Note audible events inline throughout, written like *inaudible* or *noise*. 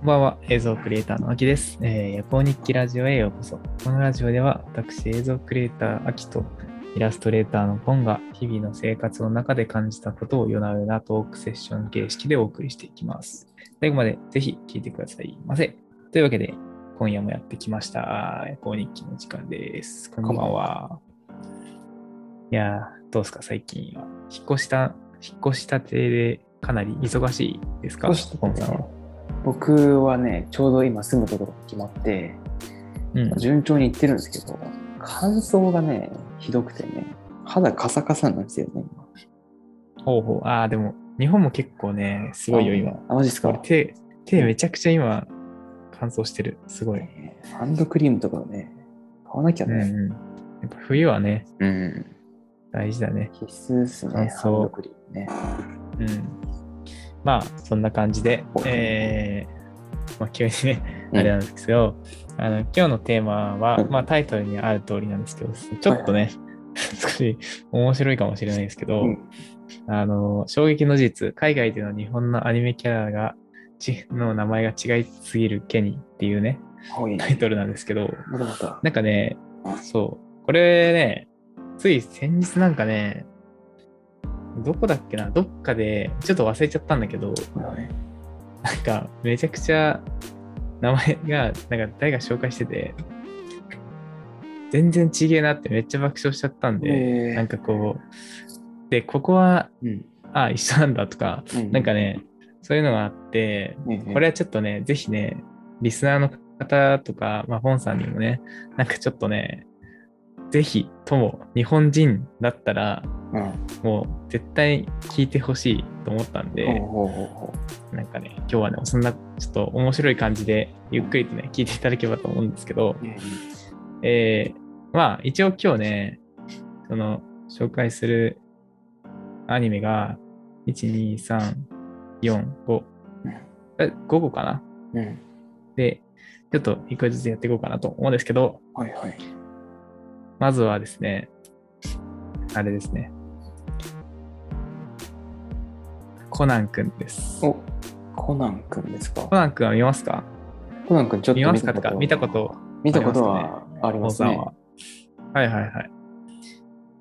こんばんは、映像クリエイターのあきです。えー、夜行日記ラジオへようこそ。このラジオでは、私、映像クリエイターあきとイラストレーターのポンが日々の生活の中で感じたことを夜な夜なトークセッション形式でお送りしていきます。最後までぜひ聞いてくださいませ。というわけで、今夜もやってきました。夜行日記の時間です。こんばんは。いやー、どうですか、最近は。引っ越した、引っ越したてでかなり忙しいですか、そしてポンさんは。僕はね、ちょうど今住むところが決まって、うん順調に行ってるんですけど、乾燥がね、ひどくてね、肌カサカサなんですよね、今ほうほう。ああ、でも、日本も結構ね、すごいよ、今。あ、マジです俺、か手、手めちゃくちゃ今、乾燥してる。すごい。ハンドクリームとかね、買わなきゃうんね。うん。やっぱ冬はね、うん。大事だね。必須です乾ね、燥ハンドクリームね。うん。まあ、そんな感じで、えー、まあ、急にね、あれなんですけど、あの、今日のテーマは、うんまあ、タイトルにある通りなんですけど、ちょっとね、 *laughs* 少し面白いかもしれないですけど、うんあの、衝撃の事実、海外での日本のアニメキャラが、ちの名前が違いすぎるケニーっていうね、 *laughs* 青いタねイトルなんですけど、まだまだ。なんかね、そう、これね、つい先日なんかね、どこだっけな、どっかで、ちょっと忘れちゃったんだけど、なんかめちゃくちゃ名前が、なんか誰か紹介してて、全然ちげえなってめっちゃ爆笑しちゃったんで、えなんかこう、で、ここは、うん。あ、一緒なんだとか、うんなんか、ね、そういうのがあって、これれ、はちょっとね、ぜひね、リスナーの方とか、まあ、本さんにもね、なんかちょっとね、ぜひとも日本人だったら、うんもう絶対聞いてほしいと思ったんで、ほうほうほうほなんかね、今日はね、そんなちょっと面白い感じで、ゆっくりとね、聞いていただければと思うんですけど、ううんえーまあ一応今日ね、その紹介するアニメが、1、2、3、4、5、え5個かなうん。うん。で、ちょっと一個ずつやっていこうかなと思うんですけど、はいはい。まずはですね、あれですね。コナンくんです。お、コナンくんですかコナンくんは見ますかコナンくんちょっと見ますかとか、見たこと、見たことはありおますさんね。は。はいはいはい。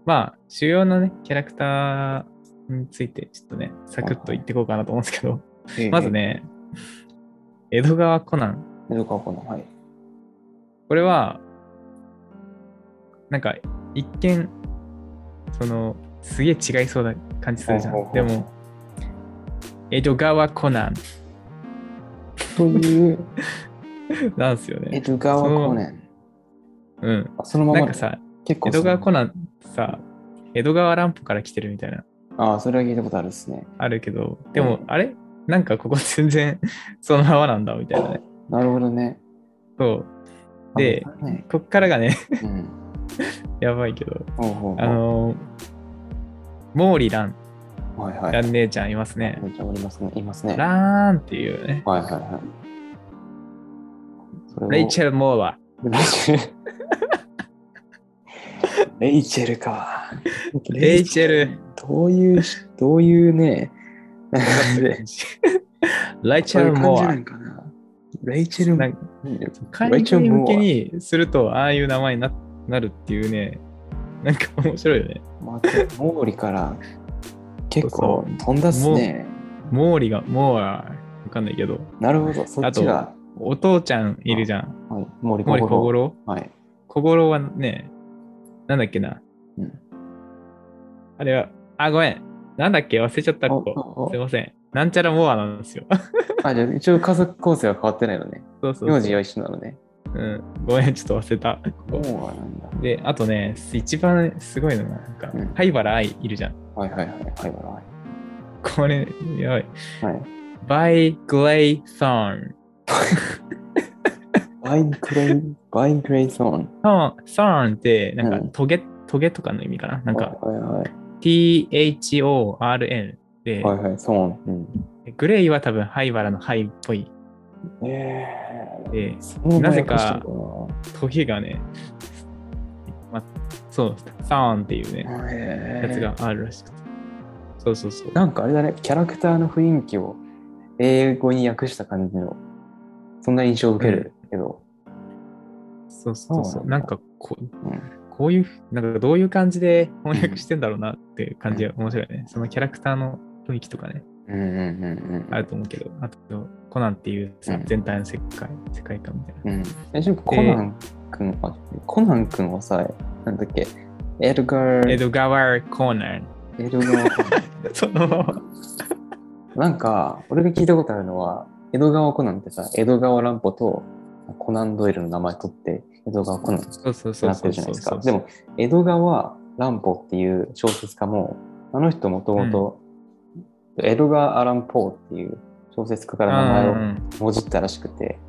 まあ、主要のね、キャラクターについて、ちょっとね、サクッと言っていこうかなと思うんですけど、ええまず。ね、江戸川コナン江戸川コナン、はい。これは、なんか、一見、その、すげえ違いそうな感じするじゃほうほん。うほでうも、江戸川コナンというなんですよ江ね。戸川コナン。うん。あそのままなでんかさ、結構江戸川コナン。ナンさ、江戸川乱歩から来てるみたいな、ああ、それは聞いたことあるですね。あるけど、でもう、んあれなんかここ *laughs* 全然そのままなんだ、みたいなね。なるほどね。そう。であ、ねこっからがね、 *laughs* うん。やばいけど、ほうほうほうあのー、毛利蘭、はいはい。蘭姉ちゃんいますね。めっちゃおりますね。いますね。はいラーンっていうね。はいはい。それをレイチェル・モーは *laughs* レイチェル。レイチェルか。レイチェル。どういうし、どういうね、なんかねレイチそェル・ういう感モじアなんかな。レイチェル。なんかう海外向けにするとああいう名前にななるっていうねなんか面白いよねん待って毛利から結構飛んだっすね。モーリがモアわかんないけどなるほど、そっちが。お父ちゃんいるじゃんはい、毛利モーリ小小五五郎。郎はい。小五郎はねなんだっけな、うんあれはあごめんなんだっけ忘れちゃったここおおすいませんなんちゃらモアなんですよ *laughs* あ、じゃあ一応家族構成は変わってないのね。そうそう名字は一緒なのね。うん、ごめんちょっと忘れたもうはなんだ。で、あとね、す一番すごいのが、なんかうん、灰原愛いるじゃん。はいはいはい。はいはこれ、やばい。い。はい。バイ・グレイ・ソン。バインクレイ、バインクレイソン。ソンソンって、なんかう、んトゲ、トゲとかの意味かな。なんか、はいはい THORN で、はい。はいはい、ソン。グレイは多分灰原の灰っぽい。うん。ええで、ー。なぜかトゲがね、ま、そう、ソンっていうね、ややつがあるらしくて。そうそうそう。なんかあれだね、キャラクターの雰囲気を英語に訳した感じのそんな印象を受けるけど、そうそうそうそなう。んだなんかこう、うんこういうふ、なんかどういう感じで翻訳してんだろうなっていう感じが面白いね。そのキャラクターの雰囲気とかね、うんうんうんうんあると思うけど、あと、コナンっていうさうん全体の世界、世界観みたいな。うん。え、しゅんコナン君は、コナン君はさ、なんだっけ、エルガー、エドガワー・コーナー。 *laughs* エルガ *laughs* ー、その、なんか、俺が聞いたことあるのは、江戸川コナンってさ、江戸川乱歩とコナンドイルの名前取って、江戸川コナンってそうそうそうなっそうてるじゃなそいうですそう。か。でも、江戸川乱歩っていう小説家も、あの人もともと、江戸川アラン・ポーっていう小説家かうら名前をん、もじったらしくて、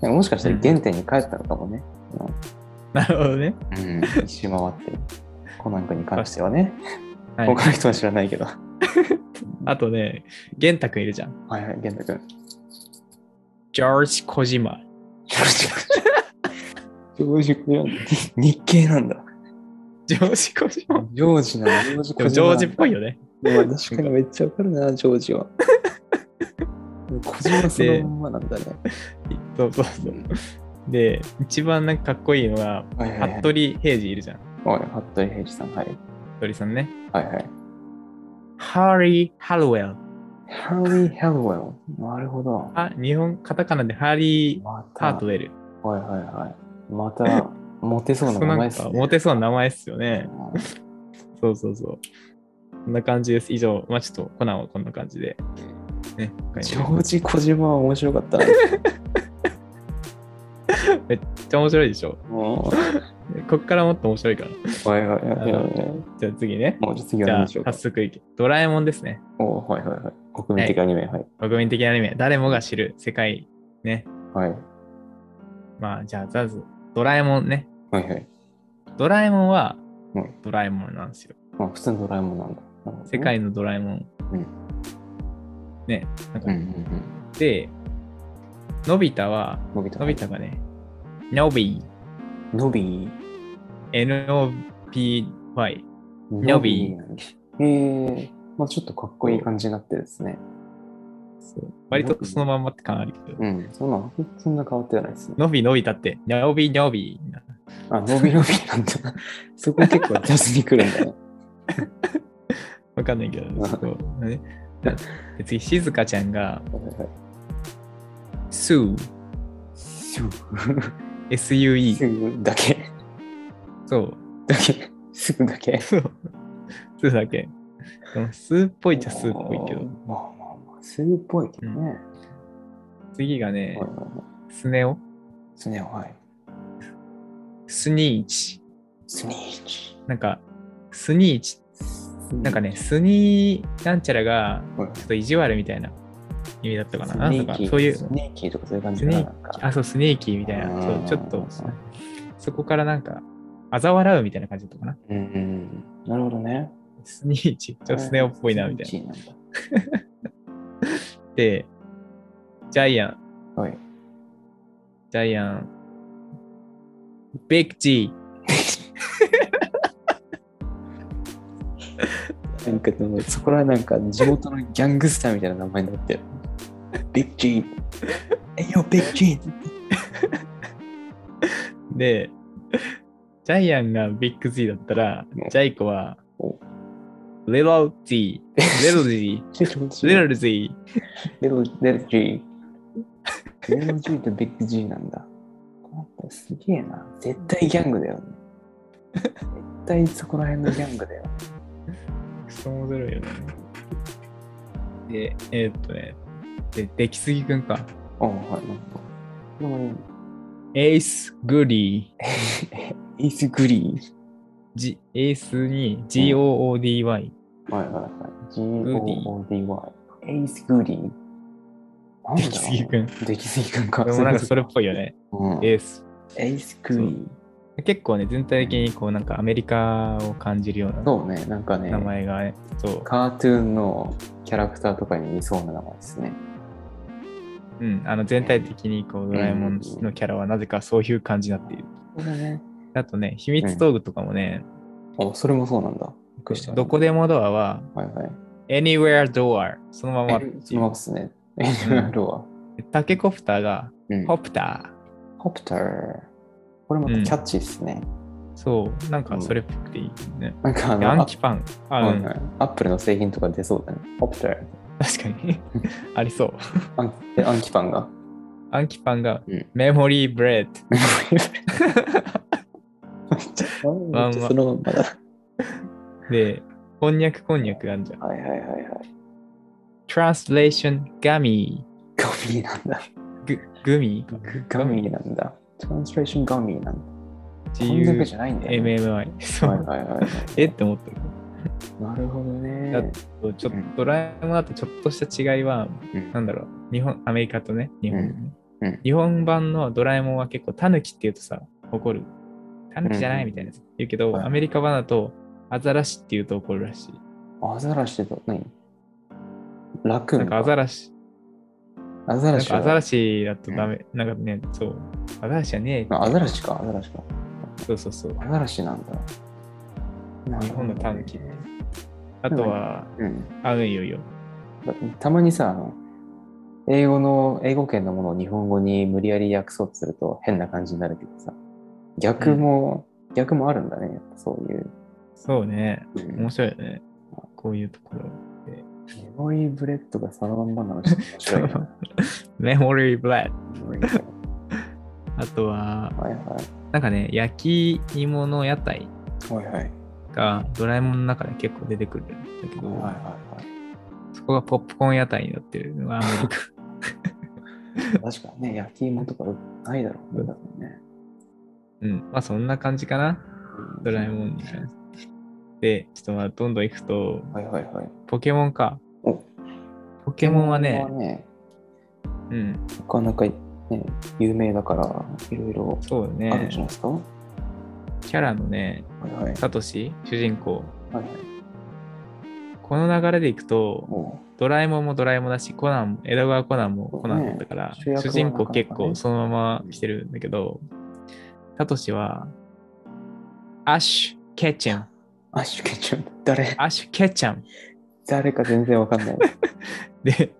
なんかもしかしたら原点に帰ったのかもね。なるほどね。うん、一周回って。コナン君に関してはね、はい、他の人は知らないけど。あとね、玄太くんいるじゃん。はいはい、玄太君。ジョージ・コジマ。ジョージ・コジマ日系なんだ。ジョージ・コジマ。ジョージなの、ジでョージ・コもジジマョなんだージっぽいよね。でも確かにめっちゃわかるな、ジョー *laughs* ジは。小島そのまんまなんだね。そうそうそう。で、一番なんかかっこいいのが、はいはいはい。服部平次いるじゃん。はい、服部平次さん、はい。服部さんね。はいはい。ハリー・ハロウェル。ハリー・ヘルウェル。なるほど。あ、日本、カタカナでハリー・また、ハートウはいェル。はいはい。また、モテそうなそう名な前んですか、ね。モテそうな名前っすよね。そうそうそう。こんな感じです。以上、まあちょっとコナンはこんな感じで。ね、ジョージ・小島は面白かったな。めっちゃ面白いでしょ。もうこっからもっと面白いから。はいはいはいはいはい。じゃあ次ね。もうじゃあ次じはゃ何あでしょう早か。速いけ。ドラえもんですね。おーはいはいはい。国民的アニメ、はい。国民的アニメ。誰もが知る世界。ね。はい。まあじゃあ、まず、ドラえもんね。はいはい。ドラえもんはうんドラえもんなんですよ。まあ、普通のドラえもんなんだ。なるほどね世。界のドラえもん。うんね。なんうんかうんうん。で、のび太は、伸びた。のび太がね、のび、伸び NOBY。のびなんだへえまあちょっとかっこいい感じになってですね。そう割とそのまんまって感あるけど。うん。そんな、そんな変わってはないですね。のびのび太って、のびのび。あ、伸び伸びなんだ。 *laughs* そこ結構ジャズに来るんだね。わかんないけど、そこ。ね、で次、静香ちゃんが、スー、すぐ、す SUE。ぐだけ、そう。だけ、すぐだけ。そう。スーだけ。でもスーっぽいっちゃスーっぽいけまど。あまあまあ、すぐっぽいけどね。うんはい次がねは、いはい。スネオ。スネ夫はい。スニーチ。スニーチ。なんか、スニーチ。なんかね、スニーなんちゃらが、はいはい、ちょっと意地悪みたいな意味だったかな。なんとかスニーキー、そういうス、ニーキーとかそういう感じかなスニーなんか。あ、そう、スネーキーみたいな。あそうー、ちょっと、そこからなんか、嘲笑うみたいな感じだったかな。うんうん。なるほどね。スニーチ、ちょっとスネオっぽいな、みたいな。いな。で、ジャイアン、はい。ジャイアン、ビッグ G。なんかでもそこらなんか地元のギャングスターみたいな名前になってる。ビッグ G。えよ、ビッグ G。で、ジャイアンがビッグ G だったらう、んジャイコはお、レロ *laughs* G、レロ G、レロ G。レロ、レロ G。レロ G とビッグ G なんだ。この人すげえな。絶対ギャングだよね。絶対そこら辺のギャング *laughs* だよ。クソ面白いよね。で、えーっとね、で、出来すぎくんか。おうはい、なんか。でもエース・グリー。イースグリー。 G、エースに GOODY。はいはいはい。G-O-O-D-Y。エースグリー。なん出だろう来すぎくん。できすぎくんか。でもなんかそれっぽいよね。ね。うん、エエース。イスクリーン。結構ね、全体的にこうなんかアメリカを感じるようなそうね、なんかね名、前がね、そう。カートゥーンのキャラクターとかに似そうな名前ですね。うん、あの全体的にこうドラえもんのキャラはなぜかそういう感じになっている。そうだね。あとね、秘密道具とかもね、あ、それもそうなんだ。びっくりしたどこでもドアははいはい。 Anywhere Door そのままえそのままですね。エニューロタケコプターがうんホプタホプター。これまたキャッチーですね。ー。そう、なんかそれっぽくていいね。なんかあでアの、ンキパン。あアうッんプアップルの製品とか出そうだね。ホプター。確か *laughs* に。ありそう。アンえアンキ *laughs* パンが。アンキパンがうんメモリーブレッド。めっちゃ、めっちゃそのまんまだ。で、こんにゃくこんにゃくあんじゃん。はいはいはいはい。 Translation ガミガミーなんだ。ー。ググミガミーなんだ。トランスレーションガミーなんだ。自こんだけ由じゃないんだよ、ね。 MMI。そはいはう。いはいはい。えって思ったけ *laughs* なるほどだっね。ど、ちょっとドラえもんだとちょっとした違いは、うんなんだろう、日本、アメリカとね、日本、うんうん日本版のドラえもんは結構タヌキって言うとさ、怒る。タヌキじゃなういんみたいなやつ言うけど、はいアメリカ版だとアザラシって言うと怒るらしい。アザラシと何ラクーなんンかか。アザラシ、アザなラんシかはアザラシだとダメ、なんかね、そう、アザラシじゃねえってあアザラシか。アザラシか。そうそうそう。アザラシなんだ。なるほど日本ねのタヌキって。あとは、うん。あ、うん、いいよいいよ。だたまにさ、あの英語の、英語圏のものを日本語に無理やり訳そうとすると変な感じになるけどさ、逆も、逆もあるんだね、やっぱそういう。そうね、うん面白いよね。こういうところ。メモリーブレッドがそのまんまなのちょっと面白いな。メモリーブレッド。メモ *laughs* リーブレッあとは、ドはいはなんかね、焼き芋の屋台い。はいはい。がドラえもんの中で結構出てくるんだけど、はいはいそこがポップコーン屋台になってるのがアメリ *laughs* カ。はい。確かにね、焼き芋とかないだろうね。多分ねうん。まあそんな感じかな。ドラえもんに関して。で、ちょっとまあどんどん行くと、はいはいはい。ポケモンかお。ポケモンはねポケ、モンはねうん、なかなかね、有名だから、いろいろそうだあるんねじゃ。ないですか、はキャラのね、いはい。はいサトシ、主人公。はい。この流れで行くと、おうドラえもんもドラえもんだし、コナン、江戸川コナンもコナンだったから、そうね主主人役公はなかなかね結構そのまま来てるんだけど、サトシは、アッシュ・ケチャン、アッシュケチャン、誰アッシュ・ケチャン。誰か全然わか *laughs* んない。で、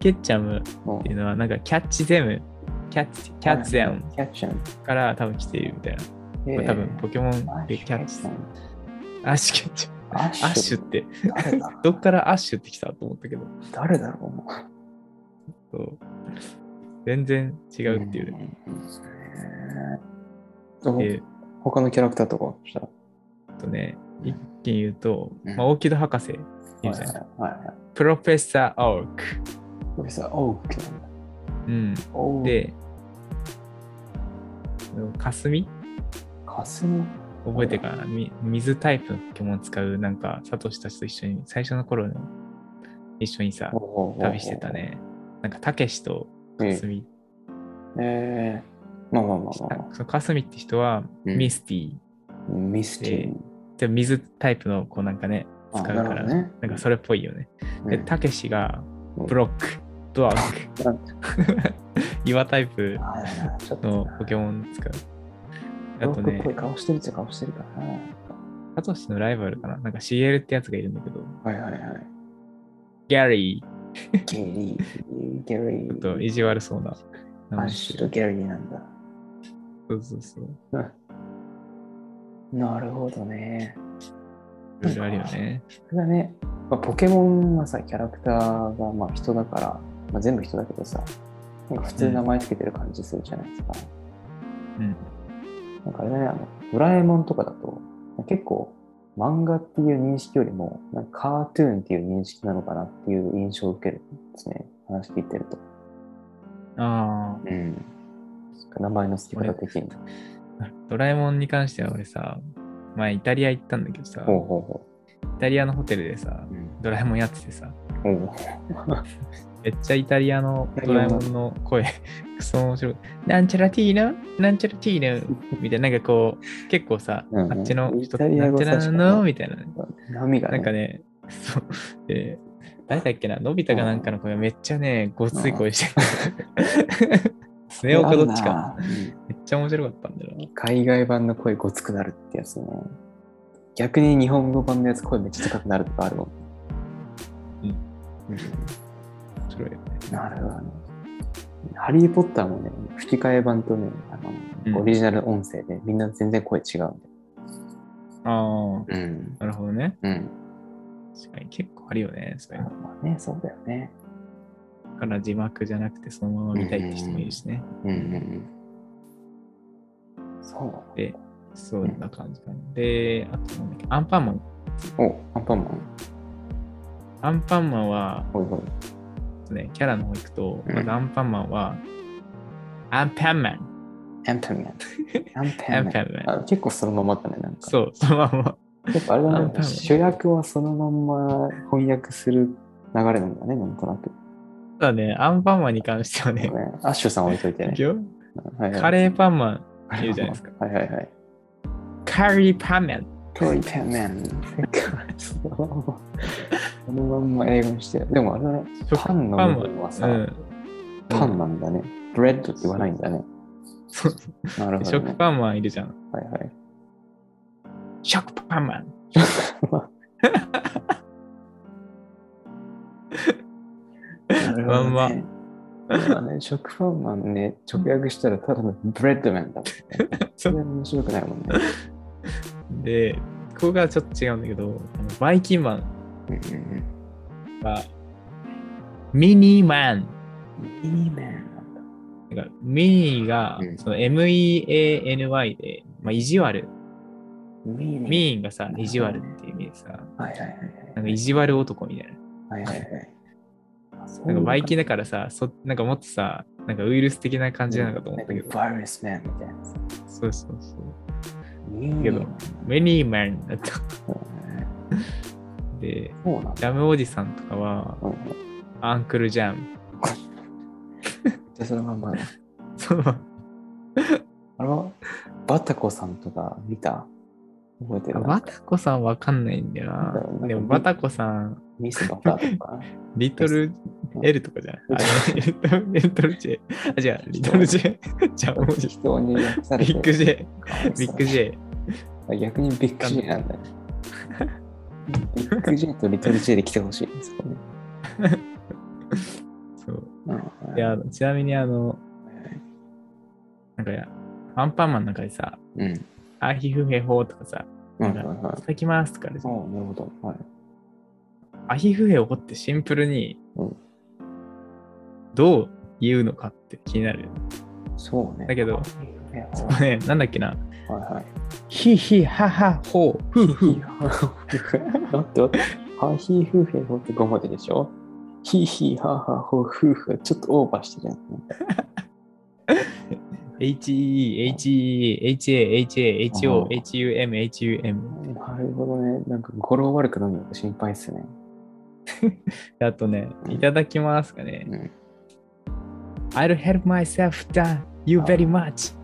ケチャムっもうていうのは、なんかキャッチゼム、キャッチ、キャッチゼムキャッチャン。から多分来ているみたいな。えまあー多分ポケモンアッでシュキャッチケチャン。アッシュ・ケチャン。アッシアッシュっュて、誰だどっからアッシュって来たと思ったけど、誰だろうそう全然違違うっていうね。で他のキャラクターとかしたらちょっとね、一気に言うと、うんまあ、オーキッド博士、いるじゃんはいはいはい。プロフェッサー・オーク。これさ、オークなんだ。うん、オーク、で、かすみかすみ覚えてるかなみ水タイプのポケモンを使う、なんか、サトシたちと一緒に、最初の頃ね、一緒にさ、旅してた。ね。なんか、たけしとおうおうおうかすみ。えー、まあまあまあまあ。そのかすみって人は、うんミスティ。ミスティー。でも水タイプの子なんかね、あ使うから、ななるほどねんかそれっぽいよね。で、たけしが、ブロック、ブロうック。岩タイプあーちょっとのポケモン使う。あロとックっねぽ、い顔してるっちゃ顔してるからな。サトシのライバルかななんか CL ってやつがいるんだけど、はいはいはい。ギャリゲリー、ゲー、リちょっとー。意地悪そうな名アッ前シしュてとる。ゲリーなんだ。そうそうそう。なるほどね。いろいろあるよね。それだね、まあ、ポケモンはさ、キャラクターがまあ人だから、まあ、全部人だけどさ、なんか普通に名前つけてる感じするじゃないですか。うん。なんかあれだね、あの、ドラえもんとかだと、結構漫画っていう認識よりも、なんかカートゥーンっていう認識なのかなっていう印象を受けるんですね。話聞いてると。あうん。名前の付け方的に。あ、ドラえもんに関しては俺さ、前イタリア行ったんだけどさ、ほうイほうほタリアのホテルでさう。、うんドラえもんやっててさ、ほうほめっちゃイタリアのドラえもんの声、 *laughs* クソ面白い。なんちゃらティーナなんちゃらティーナみたいな、なんかこう、結構さ、うんうんあっちの人、イタリなアん語ちゃら確かのにみたいなね。う波がなんかね、ね、そう、えー誰だっけな、のび太かなんかの声がめっちゃね、ごっつい声してる。 *laughs* スネ夫かどっちか。あるな。うんめっちゃ面白かったんだよな。海外版の声ごつくなるってやつね。逆に日本語版のやつ声めっちゃ高くなるとかあるもん。面白いよね。なるほどね。ハリー・ポッターもね、不吹き替え版とね、あの、うんオリジナル音声で、みんな全然声違うんで。ああ、うん。なるほどね。うん。確かに結構あるよね。そういうの。まあね、そうだよね。だから字幕じゃなくてそのまま見たいって人もいるしね。うんうんうん。そそんな感じかな。で、あとなんだっけ、アンパンマン。う。お、アンパンマン。アンパンマンは、ほいほい。ね、キャラの方行くと、うんまずアンパンマンは、アンパンマン。アンパ *laughs* ンマン。アンアパンンマパン。ンマン。あ結構そのままだったね、なんか。そう、そのまま。やっぱあれだアンねパンマン主役はそのまんま翻訳する流れなんだね、なんとなく。ただね、アンパンマンに関してはね、ねアッシュさん置いといていねく。よはいはいカレーパンマン、言うじゃないですか。はいはいはい。カリーパンマン。トイペンメン。そのまんま英語にして。でもあれだね、食パンの部分はさ、パンマンうんパンなんだね。ブレッドって言わないんだね。そうなるほど、食ね。パンマンいるじゃん。はいはい。食パンマン。まんまなるほどね。まあね、食パンマンね、直訳したらただのブレッドマンだもんね。 *laughs* そそうれは面白くないもんね。で、ここがちょっと違うんだけど、あのバイキンマンうんうんが、ミニーマン。うんミニマンなんだ。なんかミニーがうん、その MEANY で、まあ、意地悪。ミニミーンがさ、意地悪っていう意味でさ、はいはいはいなんか意地悪男みたいな。はい。はいはいはい。あそういなうんかのバイキンだからさ、そなんかもっとさ、なんかウイルス的な感じなのかと思ったけど、バイルスマンみたいなやつ。そうそうそう。ミニけマどンミニーマンだった。で、そうなんだ。ジャムおじさんとかは、うんアンクルジャム。じゃあそのまんまだ。そのあれはバタコさんとか見た覚えてるバタコさんわかんないんだよなんだろうな。なでもバタコさん、ミスバターとか。リトルうん L とか *laughs* じゃん。あリトルリトル J。あ、じゃあ、リトル J。ジャムおじさん。人に訳されビてッグ J。あビッグ J。そう逆にビッグ J なんだよ。ビッグ J とリトル J で来てほしいです、ね。そう。うんで、あのちなみに、あの、なんかや、アンパンマンの中でさ、うん。アーヒフヘホーとかさ、うん。はいはいいただきますとかあるじあゃあ、んなるほど。はい。アヒフヘホってシンプルにうん、どう言うのかって気になるよね。そうね。だけどいや、そこね、なんだっけな、はいはい。ヒヒハハホー、フーフー。 *laughs* だって、ハヒフヘホって5文字でしょヒヒハハホフフちょっとオーバーしてるやん。 HE、HE、HA、HA、HO、あー HUM、HUM。なるほどね。なんか語呂悪くなるのか心配っすね。であとね、うんいただきますかね。うん I'll help myself, Dan. You very much.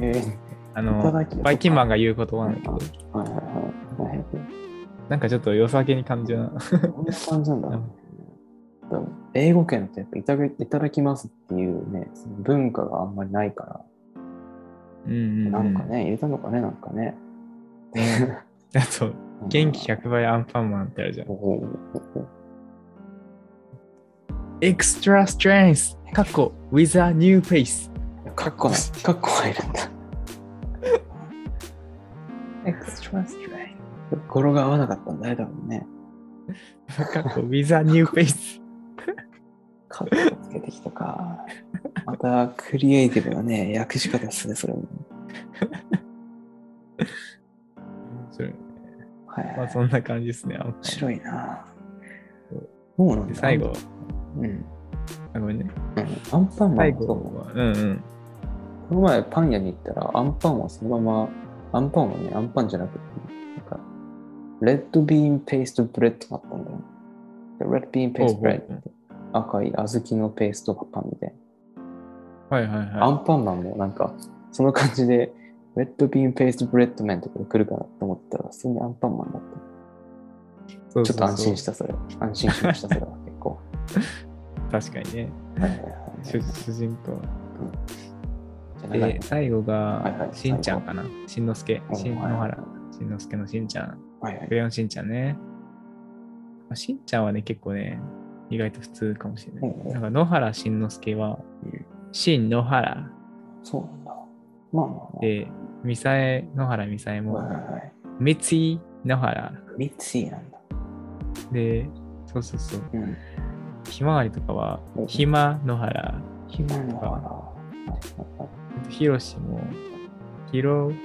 えあいたのだき、バイキンマンが言う言葉なんだけど、はいはいはい。はいなんかちょっと良さげに感じるな。 *laughs* こんな感じなんだ。英語圏ってやっぱいただきいただきますっていうね、その文化があんまりないから、うんうんうん。なんか。ね、入れたのかね、なんかね。あと、元気100倍アンパンマンってあるじゃんお。おエクストラストレンス、過去、with a new face。 *laughs* カッコない。カッコ入るんだ。エクストラストレイン。語呂が合わなかったんだよ、多分ね。過去、with a new face。 *laughs* カッコつけてきたか。また、クリエイティブよね、訳し方ですね、それも。それはいはい、まあ、そんな感じですね。アンパンマン面白いな。そうなんでだ。最後、うん。うん。あごめんね。アンパンマ最ンもそう後は、うんうん。この前パン屋に行ったら、アンパンはそのまま、アンパンはね、アンパンじゃなくて、なんか、レッドビーンペーストブレッドだったんだよ。でレッドビーンペーストブレッドって、赤い小豆のペーストパンみたいはいはいな。アはンパンマンもなんか、その感じで、レッドビーンペーストブレッド麺とかで来るかなと思ったら、普通にアンパンマンだっい。そう。た。ちょっと安心したた、それ。安心しました、それは結構。確かにね。はいはいはい主主人公。じゃあ長いで、ね最後はいはが、いしんちゃんかな。しんのすけ。うんしんのはら。しんのすけのしんちゃん。はいはいク。レヨンしんちゃんね。まあしんちゃんはね、結構ね、意外と普通かもしれなうんうい。んなんか野原しんのすけはうん、新野原そうなんだ。まあまあまあ。で、ミサエ、野原ミサエはいも、はいはい。三井野原ミッツィなんだ。で、そうそうそう、うん。ひまわりとかはお、ひま野原、暇なのかあな。はいはいはいあとひろしも、ひろし、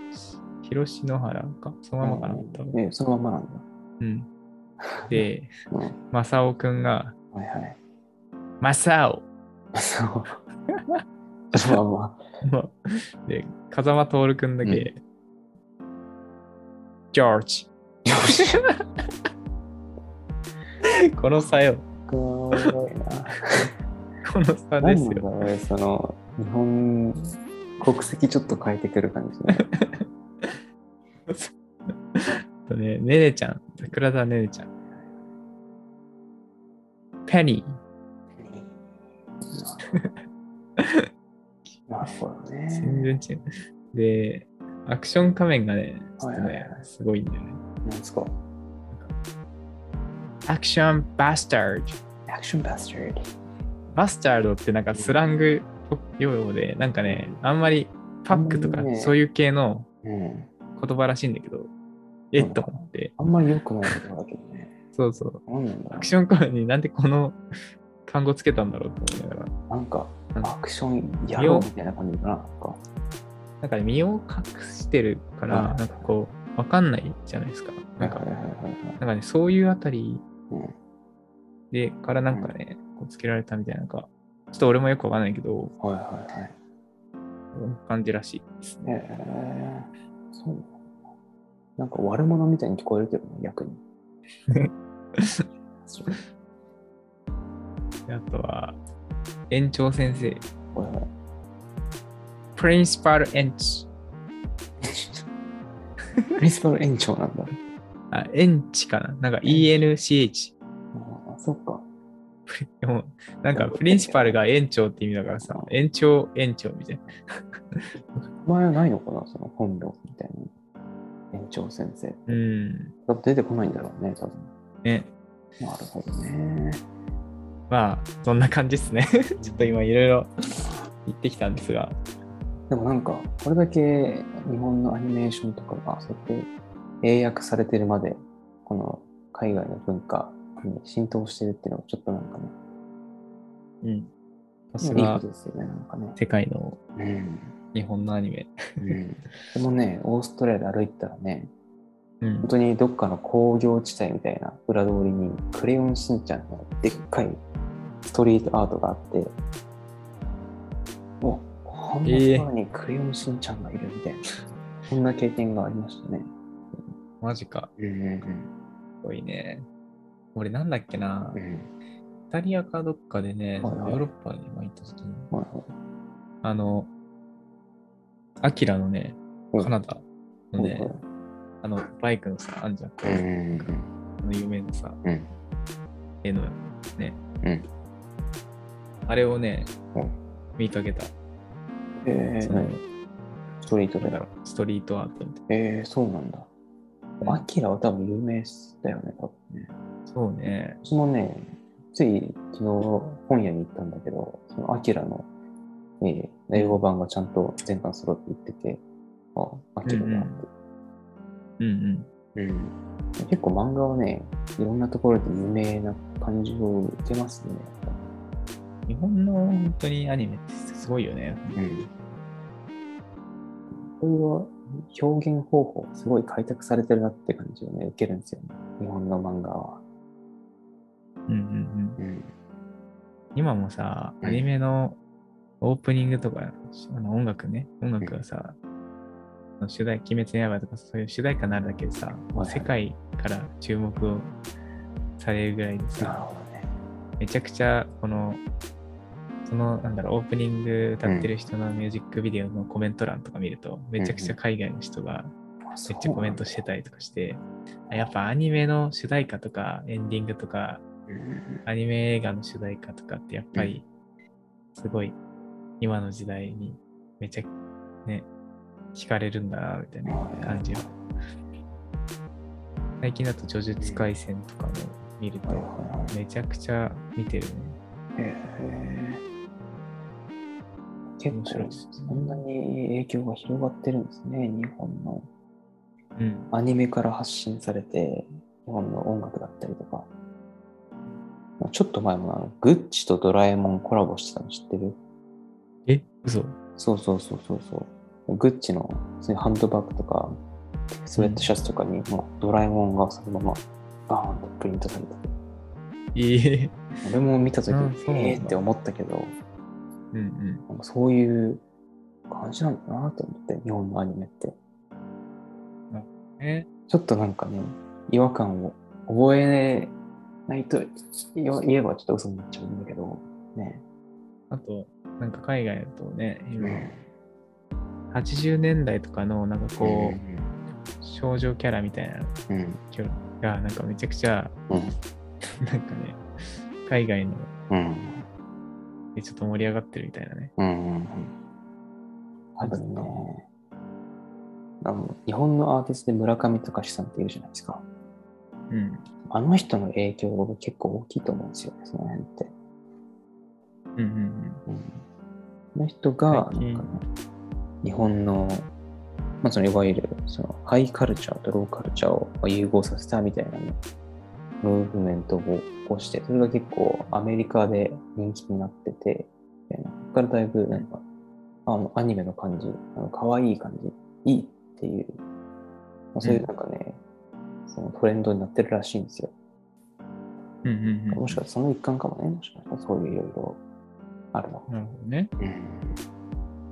ひろし野原か、そのままかな、うん多分。ねそのまんまなんだ。うん。で、うん。はまさおくんが、*laughs* いはい。まさお *laughs* そう。そのまんま。もうで、風間徹くんだけ、ジョージ。よし。 *laughs* この差よ。すごいな。この差で何すなんだよ。ろうねその、日本、国籍ちょっと変えてくる感じ *laughs* ね。あとね、ねねちゃん。桜田ねねちゃん。ペニなるほどー。ね。全然違う。で、アクション仮面がね、ちょっとはいはいね、すごいんだよね。なんですかアクションバスタード。アクションバスタード。バスタードってなんかスラング用語で、なんかね、あんまりパックとあかんまりねそういう系のうん。言葉らしいんだけど、えっと思って。あんまり良くないことだけどね。そうそう。何なんだろアクションコーンになんでこの *laughs* 単語つけたんだろうと思いながら、うなんかうん、アクションやろうみたいな感じかな。なんかなんかね身を隠してるから、はいなんかこう、わかんないじゃないですか。なんか、はいはいはいはいはい。なんかね、そういうあたりうんで、からなんかね、こうつけられたみたいな、なんか、ちょっと俺もよくわかんないけど、はいはいはい。感じらしいですへね。えそうなんだなんか悪者みたいに聞こえるけどね、逆に。そうであとは、園長先生、はいはいプリンシパル園長、プリンシパル園長なんだ。あ、園地かななんか ENCH。あ、そっか。でも、なんかプリンシパルが園長って意味だからさ、園長、園長みたいな。名前はないのかな、その本名みたいな。園長先生。うん。だって出てこないんだろうね、多分。ね。なるほどね。まあ、そんな感じですね。 *laughs* ちょっと今いろいろ言ってきたんですが。でもなんか、これだけ日本のアニメーションとかが、そうやって英訳されてるまで、この海外の文化に浸透してるっていうのは、ちょっとなんかね、うん。さいすいこがとですよね、なんかね。世界のうん。日本のアニメ。うん、でもね、オーストラリア歩いてたらね、うん本。当にどっかの工業地帯みたいな裏通りに、クレヨンしんちゃんのでっかいストリートアートがあって、おこんなところにクレヨンしんちゃんがいるみたいな、そんな経験がありましたね。マジか。うんすごいね。俺なんだっけなうんう。んイタリアかどっかでね、ヨはいはいーロッパに行った時に、はいあの、アキラのね、うんカナダのはいね、あの、バイクのさ、あんじゃん。うんあの有名なさ、うん絵のね、うんあれをね、うん見かけた。えそー、の何ストリートなんだろで。うストリートアートみたいえー、そうなんだ。な。アキラは多分有名だよね、多分ね。そうね。私もね、つい昨日本屋に行ったんだけど、そのアキラの、えー英語版がちゃんと全巻揃って売ってて、あ、アキラだって。うんうん。うん結構漫画はね、いろんなところで有名な感じを受けますね。日本の本当にアニメってすごいよね。うん。こういう表現方法、すごい開拓されてるなって感じをね、受けるんですよね。日本の漫画は。うんうんうん。うん。今もさ、うんアニメのオープニングとか、あの音楽ね、音楽がさ、その主題、鬼滅の刃とかそういう主題歌になるだけでさ、もう世界から注目をされるぐらいでさ、なるほどね。めちゃくちゃこのそのなんだろうオープニング歌ってる人のミュージックビデオのコメント欄とか見ると、めちゃくちゃ海外の人がめっちゃコメントしてたりとかして、あやっぱアニメの主題歌とかエンディングとかうん。アニメ映画の主題歌とかってやっぱりすごい今の時代にめちゃね惹かれるんだなみたいな感じを最近だと呪術廻戦とかも見るはいはいとはい。めちゃくちゃ見てるねへえ結面白い構ですそんなに影響が広がってるんですね、日本の。うん。アニメから発信されて、日本の音楽だったりとか。ちょっと前もな、グッチとドラえもんコラボしてたの知ってるえ、嘘。そうそうそうそうそう。グッチのそういうハンドバッグとか、スウェットシャツとかに、もうドラえもんがそのままバーンとプリントされてていいえ。俺も見たとき、うんそうなんだえーって思ったけど、うんうん。なんかそういう感じなんだなと思って、日本のアニメって。え、ちょっとなんかね、違和感を覚えないと言言えばちょっと嘘になっちゃうんだけど、ね。あと、なんか海外だとね、今、80年代とかの、なんかこう、少女キャラみたいなのうん、うん、が、なんかめちゃくちゃ、うん、なんかね、海外のうん。でちょっと盛り上がってるみたいなね。うんうんうん。多分ね、あの日本のアーティストで村上隆さんっているじゃないですか。うん。あの人の影響が結構大きいと思うんですよね、その辺って。うんうんうん、あの人が、なんか最近ね、日本の、まあ、そのいわゆるそのハイカルチャーとローカルチャーを融合させたみたいなね、ムーブメントを起こして、それが結構アメリカで人気になってて、みたいなここからだいぶなんか、あのアニメの感じ、あの可愛い感じ、いいっていう、まあ、そういうなんかね、そのトレンドになってるらしいんですよ。うん。うんうんうん。もしかしたらその一環かもね、もしかしたらそういういろいろあるの。なるほどね。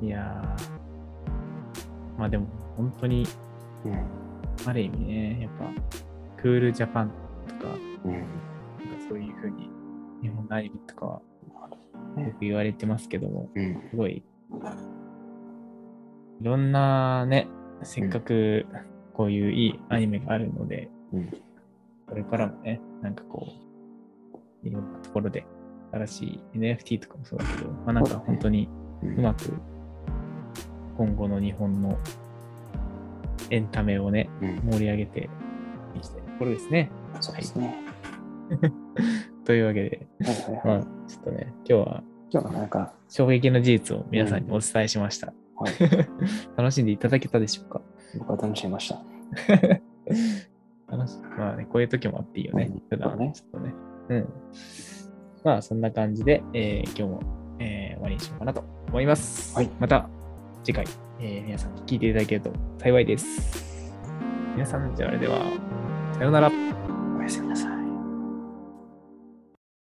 いやー。まあでも、本当に、うんある意味ね、やっぱ、クールジャパンとか、うんなんかそういうふうに、日本のアニメとかは、ねよく言われてますけども、うんすごい、いろんなね、せっかくこういういいアニメがあるので、うんこれからもね、なんかこう、いろんなところで、新しい NFT とかもそうだけど、まあ、なんか本当にうんうまく、今後の日本のエンタメをね、うん盛り上げていきたいところですね。そうですね。というわけで、はいはいまはあい。、ちょっとね、今日は今日はなんか、衝撃の事実を皆さんにお伝えしました。はい、 *laughs* 楽しんでいただけたでしょうか僕は楽しみました。楽しまあね、こういう時もあっていいよねうん。普段はね、ちそょっとね。うん。まあ、そんな感じで、えー今日も、えー終わりにしようかなと思います。はいまた次回、えー皆さん聞いていただけると幸いです。皆さん、じゃああれでは、さようなら。おやすみなさい。